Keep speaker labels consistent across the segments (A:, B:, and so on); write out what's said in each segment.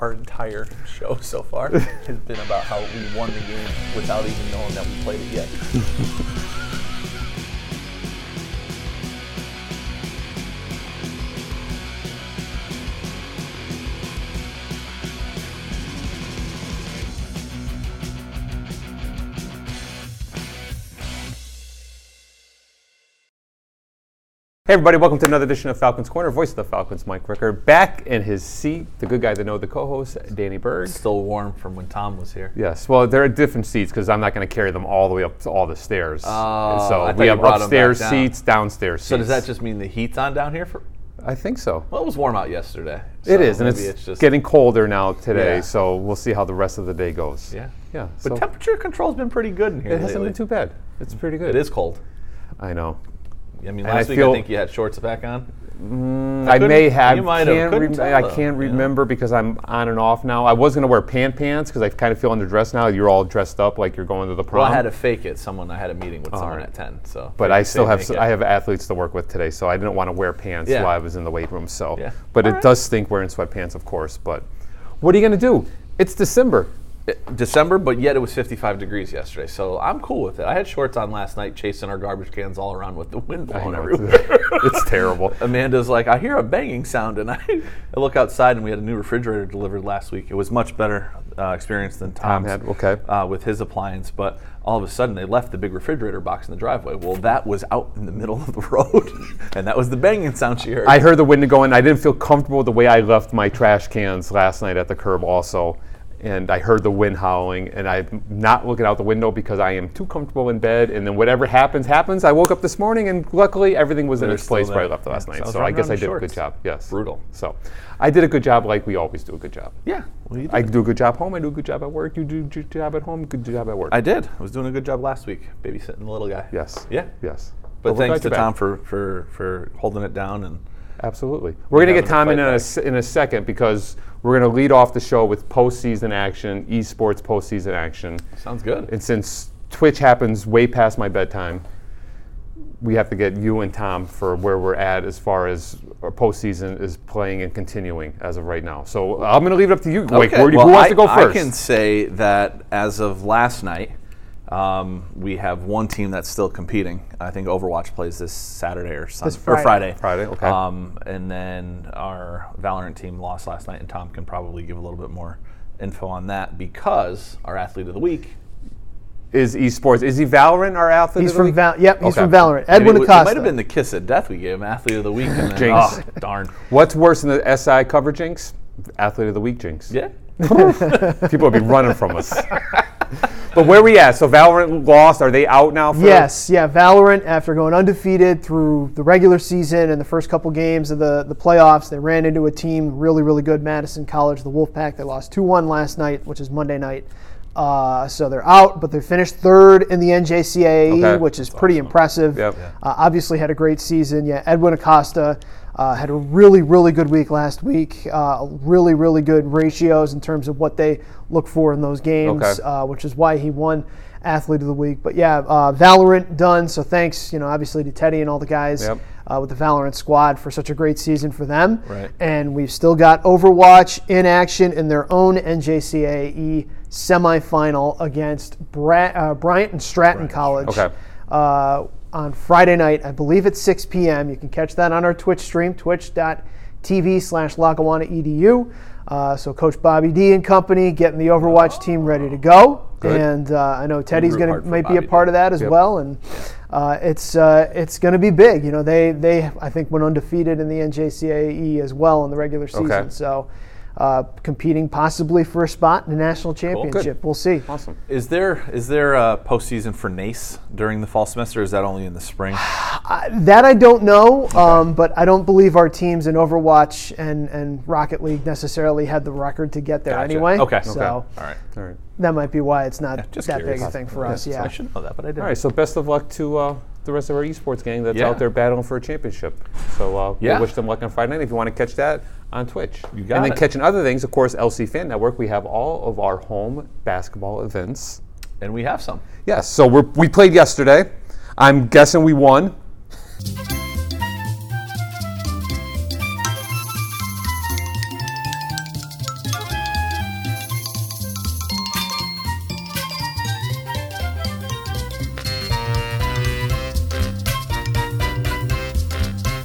A: our entire show so far has been about how we won the game without even knowing that we played it yet.
B: Hey everybody, welcome to another edition of Falcons Corner, voice of the Falcons, Mike Ricker, back in his seat, the good guy that know the co-host, Danny Berg.
A: Still warm from when Tom was here.
B: Yes, well, there are different seats because I'm not going to carry them all the way up to all the stairs.
A: Oh, I
B: so
A: thought
B: we
A: you
B: have
A: brought 'em
B: upstairs
A: back down.
B: seats, downstairs seats.
A: So does that just mean the heat's on down here? For
B: I think so.
A: well, it was warm out yesterday.
B: it
A: so
B: is, and it's,
A: maybe just
B: getting colder now today.
A: Yeah.
B: So we'll see how the rest of the day goes.
A: yeah.
B: yeah.
A: But
B: so
A: temperature control's been pretty good in here.
B: it hasn't
A: lately.
B: been too bad. It's pretty good.
A: It is cold.
B: I know.
A: I mean,
B: I
A: last week I
B: feel-
A: think you had shorts back on.
B: I
A: couldn't-
B: may have.
A: you might have.
B: can't
A: Couldn't
B: rem-
A: tell,
B: I
A: though,
B: can't
A: you know?
B: remember because I'm on and off now. I was gonna wear pant pants because I kind of feel underdressed now. You're all dressed up like you're going to the prom.
A: Well, I had to fake it. Someone I had a meeting with someone
B: right.
A: at ten. So,
B: Oh. but I still have s-
A: Fake it.
B: I have athletes to work with today, so I didn't want to wear pants
A: Yeah.
B: while I was in the weight room. So,
A: Yeah.
B: but it does stink wearing sweatpants, of course. But what are you gonna do? It's December.
A: It- December, but yet it was 55 degrees yesterday, so I'm cool with it. I had shorts on last night, chasing our garbage cans all around with the wind blowing
B: know,
A: everywhere.
B: Oh, It's terrible.
A: Amanda's like, I hear a banging sound, and I, I look outside, and we had a new refrigerator delivered last week. It was much better uh, experience than Tom's
B: had- okay.
A: uh, with his appliance, but all of a sudden they left the big refrigerator box in the driveway. Well, that was out in the middle of the road, and that was the banging sound she heard.
B: I heard the wind going. I didn't feel comfortable with the way I left my trash cans last night at the curb, also. And I heard the wind howling, and I'm not looking out the window because I am too comfortable in bed. And then whatever happens, happens. I woke up this morning, and luckily everything was in
A: They're
B: its place
A: still
B: where I
A: there.
B: left last
A: Yeah,
B: night.
A: so I was
B: So I
A: running
B: guess
A: around
B: I
A: in
B: did a good
A: shorts.
B: job. Yes.
A: Brutal.
B: So I did a good job, like we always do a good job.
A: yeah, well, you did.
B: I do a good job home. I do a good job at work. You do a good job at home. Good job at work.
A: I did. I was doing a good job last week, babysitting the little guy.
B: yes.
A: Yeah.
B: Yes.
A: But
B: we're glad
A: thanks to
B: you're back.
A: Tom for, for, for holding it down and
B: Absolutely. We're going to get
A: having a
B: Tom in in
A: fight
B: a,
A: back.
B: s- in a second because we're going to lead off the show with postseason action, esports postseason action.
A: sounds good.
B: And since Twitch happens way past my bedtime, we have to get you and Tom for where we're at as far as our postseason is playing and continuing as of right now. So uh, I'm going to leave it up to you. Wait, where do you- who wants
A: I,
B: to go
A: I
B: first?
A: can say that as of last night, um, we have one team that's still competing. I think Overwatch plays this Saturday or Sunday or
C: Friday.
A: Friday.
B: Friday, okay.
A: Um, and then our Valorant team lost last night, and Tom can probably give a little bit more info on that because our athlete of the week.
B: is esports is he Valorant our athlete?
C: He's
B: of the
C: from
B: week?
C: Val- yep, he's
B: Okay.
C: from Valorant.
A: Maybe it
C: Edwin
A: w-
C: Acosta.
A: It might have been the kiss of death we gave him, athlete of the week. And then,
B: Jinx.
A: oh, darn.
B: What's worse than the SI cover jinx? Athlete of the week jinx.
A: Yeah.
B: People would be running from us. but where we at? So Valorant lost. Are they out now? For
C: Yes, yeah. Valorant, after going undefeated through the regular season and the first couple games of the, the playoffs, they ran into a team really, really good, Madison College, the Wolfpack. They lost 2 1 last night, which is Monday night. Uh, so they're out, but they finished third in the NJCAA,
B: Okay.
C: E, which is pretty impressive.
B: Yep.
C: Uh, obviously, had a great season. Yeah, Edwin Acosta uh, had a really, really good week last week. Uh, really, really good ratios in terms of what they look for in those games,
B: Okay.
C: uh, which is why he won Athlete of the Week. But yeah, uh, Valorant done. So thanks, you know, obviously to Teddy and all the guys
B: Yep.
C: uh, with the Valorant squad for such a great season for them.
A: Right.
C: And we've still got Overwatch in action in their own NJCAE E semifinal against Bra- uh, Bryant and Stratton College
B: Okay.
C: uh, on Friday night. I believe it's 6 p.m. You can catch that on our Twitch stream, twitch.tv slash Lackawanna EDU. Uh, so Coach Bobby D and company getting the Overwatch team ready to go.
B: Good.
C: And uh, I know Teddy's
A: root
C: going
A: hard
C: to
A: for
C: might be a
A: Bobby D.
C: part of that as well. And uh, it's uh, it's going to be big. You know, they, they, I think, went undefeated in the NJCAE E as well in the regular season.
B: Okay.
C: So uh, competing possibly for a spot in the national championship. We'll see.
B: Awesome.
A: Is there is there a postseason for NACE during the fall semester? Or is that only in the spring?
C: That I don't know, um, but I don't believe our teams in Overwatch and, and Rocket League necessarily had the record to get there
B: Gotcha.
C: anyway.
A: Okay.
C: So
A: Okay. All right.
B: All right.
C: that might be why it's not
A: just
C: that
A: curious.
C: big a thing for us.
A: I
C: Yeah.
A: should know that, but I didn't.
B: All right. So best of luck to uh, the rest of our esports gang that's
A: Yeah.
B: out there battling for a championship. So uh,
A: Yeah.
B: we wish them luck on Friday night. If you want to catch that on Twitch,
A: You got
B: and then
A: it.
B: catching other things, of course, LC Fan Network. We have all of our home basketball events.
A: And we have some.
B: Yes. So we're, we played yesterday. I'm guessing we won.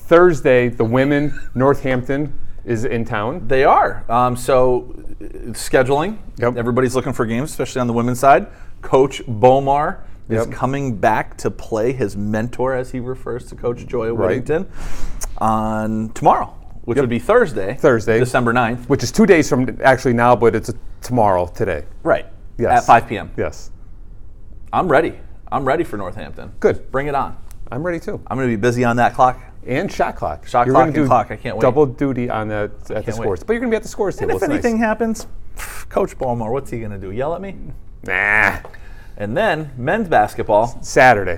B: Thursday, the women, Northampton is in town.
A: They are. Um, so uh, scheduling.
B: Yep.
A: Everybody's looking for games, especially on the women's side. Coach Bomar is
B: Yep.
A: coming back to play his mentor, as he refers to Coach Joya
B: Right.
A: Whittington, on tomorrow, which would be Thursday.
B: Thursday.
A: December 9th.
B: Which is two days from actually now, but it's tomorrow, today.
A: Right.
B: Yes.
A: At 5 p.m.
B: Yes.
A: I'm ready. I'm ready for Northampton.
B: Good.
A: Bring it on.
B: I'm ready too.
A: I'm going to be busy on that clock.
B: And shot clock.
A: Shot
B: You're
A: clock
B: gonna
A: and
B: do
A: clock, I can't wait.
B: Double duty on that at the
A: wait.
B: scores. But you're going to be at the scores
A: And
B: table.
A: if
B: it's nice.
A: anything happens, pff, Coach Bomar, what's he going to do? Yell at me?
B: Nah.
A: And then men's basketball,
B: Saturday.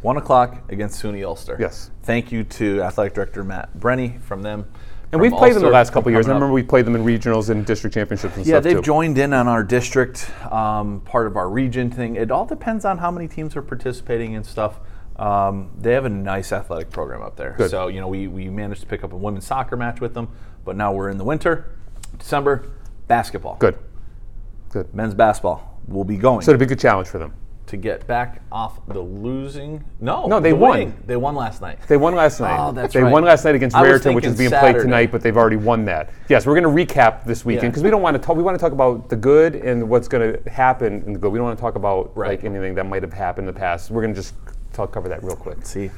A: one o'clock against SUNY Ulster.
B: Yes.
A: Thank you to athletic director Matt Brenny from them.
B: And we've played them the last couple years. I remember we played them in regionals and district championships and
A: Yeah,
B: stuff
A: they've
B: too.
A: joined in on our district, um, part of our region thing. It all depends on how many teams are participating and stuff. Um, they have a nice athletic program up there.
B: Good.
A: So, you know, we, we managed to pick up a women's soccer match with them, but now we're in the winter, December, basketball.
B: Good.
A: Men's basketball will be going
B: So it'll be a good challenge for them.
A: to get back off the losing. No,
B: No, they
A: the
B: won.
A: winning. They won last night.
B: They won last night.
A: Oh, that's
B: they
A: right.
B: won last night against
A: I was
B: Raritan, which is
A: thinking
B: being played
A: Saturday.
B: tonight, but they've already won that. Yes, we're going to recap this
A: Yeah.
B: weekend because we don't want to talk. We want to talk about the good and what's going to happen in the good. We don't want to talk about
A: Right.
B: like anything that might have happened in the past. We're going to just talk cover that real quick.
A: See,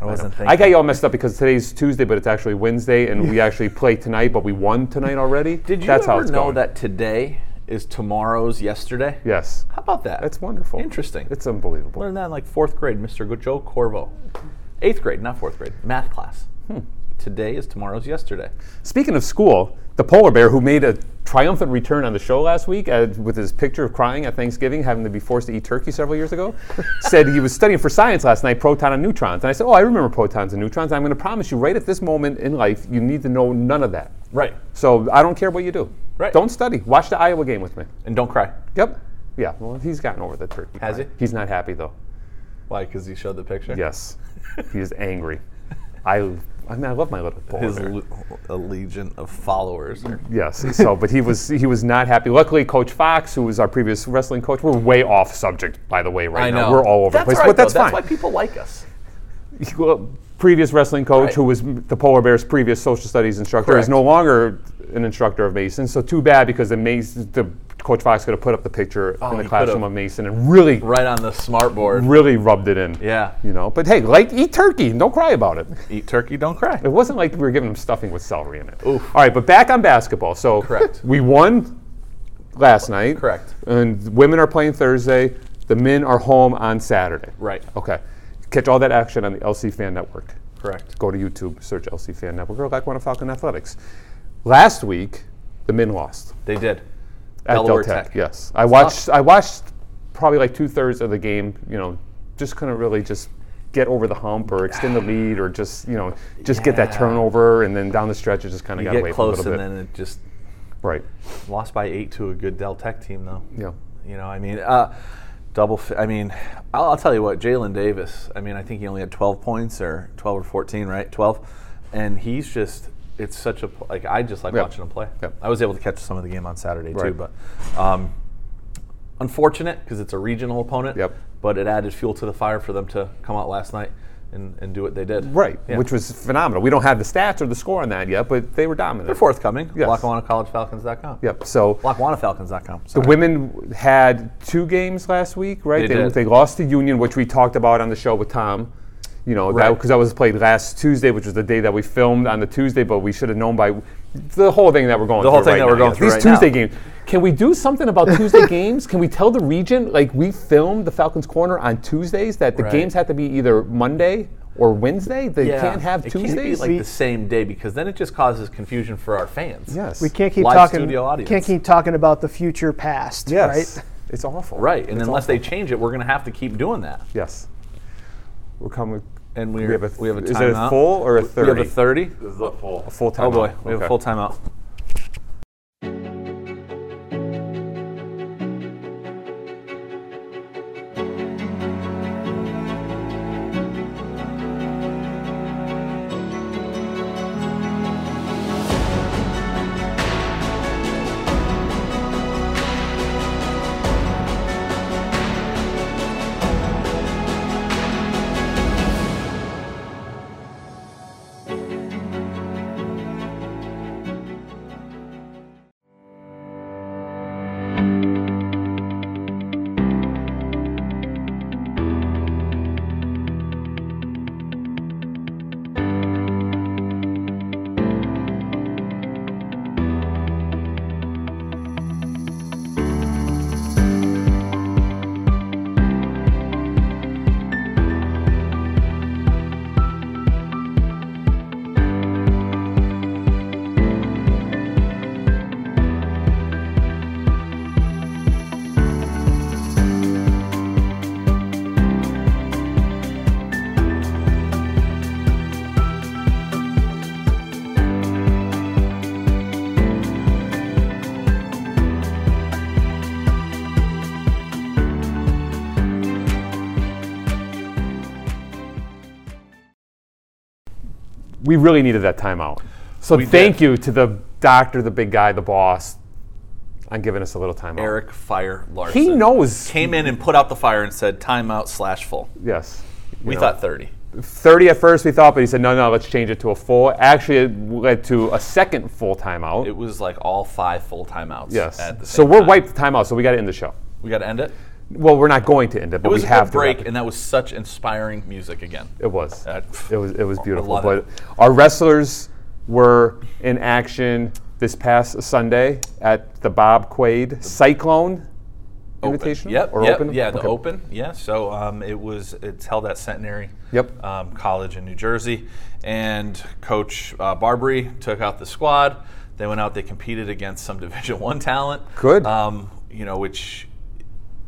A: I wasn't thinking.
B: I got you all messed up because today's Tuesday, but it's actually Wednesday, and we actually play tonight, but we won tonight already.
A: Did you
B: That's
A: ever
B: how it's
A: know
B: going.
A: that today is tomorrow's yesterday?
B: Yes,
A: How about that?
B: it's wonderful.
A: Interesting.
B: It's unbelievable.
A: Learned that in like fourth grade, Mr. Good Joe Corvo. Eighth grade, not fourth grade, math class.
B: Hmm.
A: Today is tomorrow's yesterday.
B: Speaking of school, the polar bear who made a triumphant return on the show last week uh, with his picture of crying at Thanksgiving, having to be forced to eat turkey several years ago, said he was studying for science last night, proton and neutrons. And I said, Oh, I remember protons and neutrons. I'm going to promise you right at this moment in life, you need to know none of that.
A: Right.
B: So I don't care what you do.
A: Right.
B: Don't study. Watch the Iowa game with me.
A: And don't cry.
B: Yep. Yeah. Well, he's gotten over the turkey.
A: Has
B: crying.
A: he?
B: He's not happy, though.
A: Why? Because he showed the picture?
B: Yes. he is angry. I, I mean, I love my little polar
A: His
B: bear.
A: le- a legion of followers. are-
B: Yes. So, but he was he was not happy. Luckily, Coach Fox, who was our previous wrestling coach, we're way off subject by the way right
A: I
B: now.
A: know.
B: We're all over
A: that's
B: the place,
A: all right,
B: but that's
A: though.
B: fine.
A: That's why people like us.
B: He- well, previous wrestling coach,
A: Right.
B: who was m- the Polar Bears' previous social studies instructor, is
A: Correct.
B: no longer an instructor of Mason. So too bad because the Mason, the Coach Fox could have put up the picture in the
A: Oh, he
B: classroom
A: could've.
B: of Mason and really,
A: Right on the smart board.
B: really rubbed it in.
A: Yeah.
B: You know, but hey, like eat turkey and don't cry about it.
A: Eat turkey, don't cry.
B: It wasn't like we were giving them stuffing with celery in it. All right, but back on basketball. So
A: Correct.
B: we won last night.
A: Correct.
B: And the women are playing Thursday. The men are home on Saturday.
A: Right.
B: Okay. Catch all that action on the LC Fan Network.
A: Correct.
B: Go to YouTube, search LC Fan Network, or like one of Falcon Athletics. Last week, the men lost
A: They did.
B: at
A: Delaware
B: Deltech.
A: Tech.
B: Yes, I watched. I watched probably like two thirds of the game. You know, just couldn't really just get over the hump or extend the lead or just you know just get that
A: Yeah.
B: turnover and then down the stretch it just kind of
A: You
B: got away
A: get
B: from
A: close
B: a
A: and
B: little bit.
A: then it just
B: right.
A: lost by eight to a good Dell Tech team, though.
B: Yeah.
A: You know, I mean, uh, double. Fi- I mean, I'll, I'll tell you what, Jalen Davis. I mean, I think he only had 12 points or 12 or 14, right? 12, and he's just. It's such a pl- like I just like
B: Yeah.
A: watching him play.
B: Yeah.
A: I was able to catch some of the game on Saturday
B: Right.
A: too, but um, unfortunate because it's a regional opponent.
B: Yep.
A: But it added fuel to the fire for them to come out last night and, and do what they did.
B: Right,
A: Yeah.
B: which was phenomenal. We don't have the stats or the score on that yet, but they were dominant.
A: They're forthcoming.
B: Yes.
A: LackawannaCollegeFalcons.com.
B: Yep. So
A: LackawannaFalcons.com.
B: The
A: sorry.
B: women had two games last week, right?
A: They did.
B: lost to Union, which we talked about on the show with Tom. You know, because
A: Right.
B: that, 'cause that was played last Tuesday, which was the day that we filmed on the Tuesday, but we should have known by the whole thing that we're going
A: The whole
B: through
A: thing that
B: right
A: we're
B: now.
A: going
B: Yes,
A: through
B: These
A: right now.
B: Tuesday games. Can we do something about Tuesday games? Can we tell the region, like, we filmed the Falcons Corner on Tuesdays, that the
A: Right.
B: games have to be either Monday or Wednesday? They
A: Yeah.
B: can't have
A: it
B: Tuesdays?
A: Can't be like the same day because then it just causes confusion for our fans.
B: yes.
C: We can't keep
A: Live
C: talking.
A: studio audience.
C: Can't keep talking about the future past.
B: Yes.
C: Right.
B: It's awful.
A: Right, and unless they change it, we're going to have to keep doing that.
B: Yes. We're coming.
A: And
B: we
A: we're,
B: have a.
A: we have a
B: is it a
A: timeout.
B: full or a
A: We
B: thirty?
A: have a 30.
D: This is a full.
B: A full timeout.
A: Oh boy, we have a
B: Okay.
A: full timeout.
B: we really needed that timeout. So
A: We
B: thank
A: did.
B: you to the doctor, the big guy, the boss, on giving us a little timeout.
A: Eric Fire Larson.
B: he knows.
A: Came in and put out the fire and said timeout slash full.
B: Yes. you
A: We
B: know.
A: thought 30.
B: 30 at first we thought, but he said, no, no, let's change it to a full. Actually, it led to a second full timeout.
A: It was like all five full timeouts.
B: yes.
A: At the
B: So
A: same
B: we're
A: time.
B: wiped the timeout, so we got to end the show.
A: We got to end it.
B: Well, we're not going to end it,
A: It
B: but
A: was
B: we
A: a
B: have
A: good
B: to. wrap
A: break,
B: it.
A: and that was such inspiring music again.
B: It was.
A: Uh,
B: it was. It was beautiful.
A: love
B: But
A: it.
B: our wrestlers were in action this past Sunday at the Bob Quaid Cyclone Invitation.
A: Yep.
B: Or
A: yep,
B: open.
A: Yeah, the
B: Okay.
A: open. Yeah. So um, it was. It's held at Centenary.
B: Yep.
A: Um, college in New Jersey, and Coach uh, Barbary took out the squad. They went out. They competed against some Division One talent.
B: Good.
A: Um, you know, which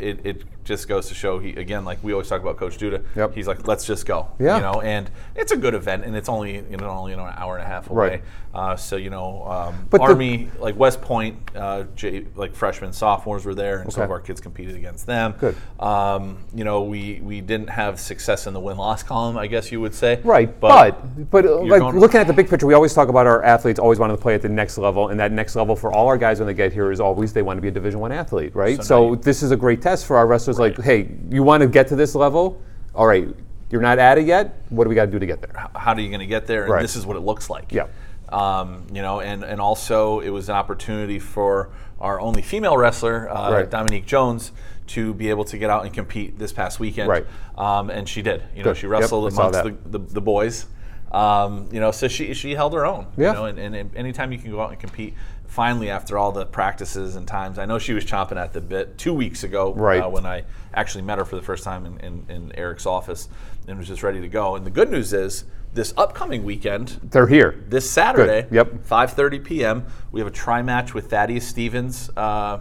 A: it, it just goes to show he again, like we always talk about Coach Duda.
B: Yep.
A: He's like, let's just go.
B: Yeah.
A: You know, and it's a good event, and it's only you know only you know, an hour and a half away.
B: Right.
A: Uh, so you know, um,
B: But the-
A: Army like West Point, uh, J, like freshmen, sophomores were there, and some of
B: Okay.
A: our kids competed against them.
B: Good.
A: Um, you know, we we didn't have success in the win loss column, I guess you would say.
B: Right, but but, uh, like
A: going-
B: looking at the big picture, we always talk about our athletes always wanting to play at the next level, and that next level for all our guys when they get here is always they want to be a Division One athlete, right? So,
A: now you-
B: this is a great test for our wrestlers. Like, hey, you want to get to this level? All right, you're not at it yet. What do we got to do to get there?
A: how are you going to get there? And
B: Right.
A: this is what it looks like.
B: Yeah.
A: Um, you know, and, and also it was an opportunity for our only female wrestler, uh,
B: Right.
A: Dominique Jones, to be able to get out and compete this past weekend.
B: Right.
A: Um, and she did. You know,
B: Good.
A: she
B: Yep,
A: wrestled
B: I saw
A: amongst
B: that.
A: the, the, the boys. Um, you know, so she she held her own.
B: Yeah.
A: You know, and, and, and anytime you can go out and compete, finally after all the practices and times, I know she was chomping at the bit two weeks ago
B: Right.
A: uh, when I actually met her for the first time in, in, in Eric's office and was just ready to go. And the good news is this upcoming weekend,
B: They're here.
A: this Saturday,
B: Yep.
A: 5.30 p.m., we have a tri-match with Thaddeus Stevens uh,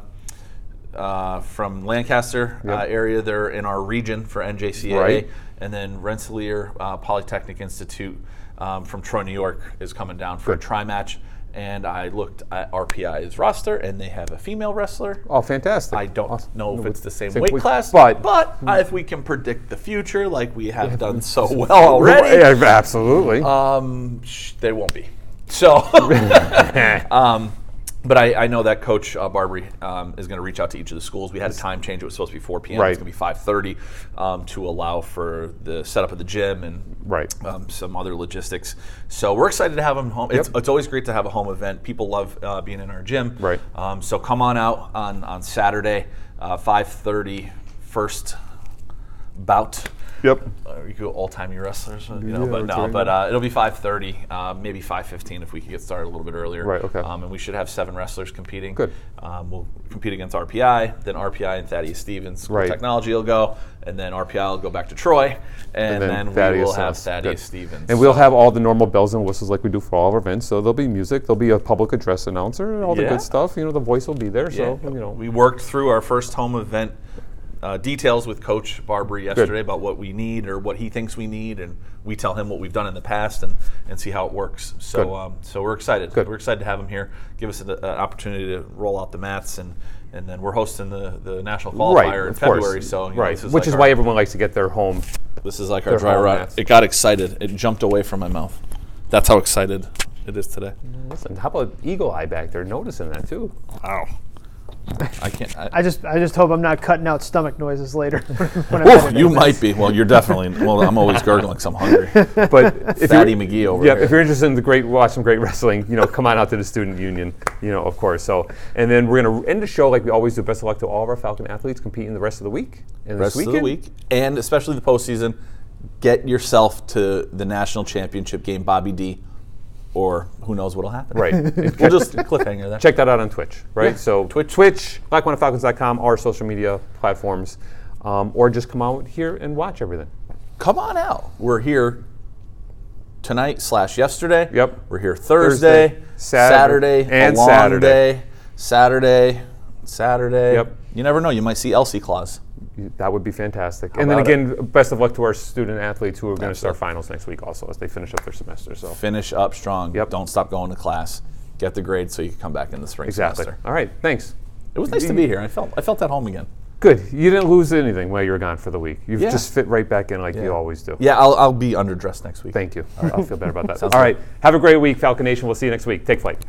A: uh, from Lancaster uh,
B: Yep.
A: area. They're in our region for NJCAA.
B: Right.
A: And then Rensselaer uh, Polytechnic Institute um, from Troy, New York is coming down for a tri-match. And I looked at RPI's roster, and they have a female wrestler.
B: Oh, fantastic!
A: I don't
B: Awesome.
A: know if
B: No,
A: it's the same,
B: same
A: weight
B: weight-
A: class,
B: but-
A: uh, if we can predict the future like we have done so well already,
B: Oh, Yeah, absolutely.
A: um, sh- they won't be. So, um, but I, I know that Coach uh, Barbary um, is going to reach out to each of the schools. We had a time change; it was supposed to be 4 p.m.
B: Right.
A: It's going to be 5:30 um, to allow for the setup of the gym and
B: right.
A: um, some other logistics. So we're excited to have them home. It's,
B: Yep.
A: it's always great to have a home event. People love uh, being in our gym.
B: Right.
A: Um, so come on out on, on Saturday, uh, 5.30, first bout.
B: Yep.
A: Uh, you go old-timey wrestlers, you know,
B: Yeah,
A: but no,
B: return.
A: but uh, it'll be 5.30, uh, maybe 5.15 if we could get started a little bit earlier.
B: Right, okay.
A: Um, and we should have seven wrestlers competing.
B: Good.
A: Um, we'll compete against RPI, then RPI and Thaddeus Stevens, School
B: Right.
A: Technology will go, and then RPI will go back to Troy, and, then, we will
B: Thaddeus
A: have
B: us. Good.
A: Thaddeus Stevens.
B: And we'll have all the normal bells and whistles like we do for all of our events. So there'll be music, there'll be a public address announcer, and all the
A: Yeah.
B: good stuff. You know, the voice will be there. So,
A: Yeah.
B: you know.
A: we worked through our first home event uh, details with Coach Barbary yesterday about what we need or what he thinks we need, and we tell him what we've done in the past and, and see how it works.
B: Good.
A: So um, so we're excited.
B: Good.
A: We're excited to have him here. Give us an, an opportunity to roll out the mats and. And then we're hosting the, the national qualifier in
B: of
A: February,
B: course.
A: so you know,
B: right,
A: this is
B: which
A: like
B: is
A: our-
B: why everyone likes to get their home.
A: this is like our
B: They're
A: dry
B: all
A: rot.
B: mats.
A: It got excited. It jumped away from my mouth. That's how excited it is today.
B: Listen, how about Eagle Eye back there noticing that too?
A: Wow, I can't. I,
C: I just I just hope I'm not cutting out stomach noises later. when I'm
A: Oof,
C: editing.
A: you might be. Well, you're definitely. Well, I'm always gurgling because I'm hungry.
B: But if
A: Fatty
B: you're,
A: McGee over
B: yeah,
A: here.
B: if you're interested in the great watch some great wrestling, you know, come on out to the student union, you know, of course. So, and then we're gonna end the show like we always do. Best of luck to all of our Falcon athletes competing the rest of the week and
A: rest
B: this
A: of
B: weekend.
A: the week, and especially the postseason, get yourself to the national championship game, Bobby D, or who knows what'll happen.
B: Right.
A: we'll just cliffhanger there.
B: check that out on Twitch, right? So
A: Twitch.
B: Twitch, blackwanafalcons.com, our social media platforms, um, or just come out here and watch everything.
A: Come on out. We're here tonight slash yesterday.
B: Yep.
A: We're here Thursday,
B: Thursday, Saturday,
A: Saturday,
B: and
A: a long
B: Saturday.
A: day, Saturday, Saturday.
B: Yep.
A: You never know. You might see Elsie Claus.
B: That would be fantastic. and then
A: about
B: again, best of luck to our student athletes who are going to start finals next week also as they finish up their semester. So
A: Finish up strong.
B: Yep.
A: Don't stop going to class. Get the grades so you can come back in the spring
B: exactly.
A: semester.
B: All right. Thanks.
A: It was nice to be here. I felt I felt at home again.
B: Good. You didn't lose anything while you were gone for the week. You've
A: Yeah.
B: just fit right back in like
A: Yeah.
B: you always do.
A: Yeah, I'll, I'll be underdressed next week.
B: Thank you. I'll feel better about that. All right. Have a great week, Falcon Nation. We'll see you next week. Take flight.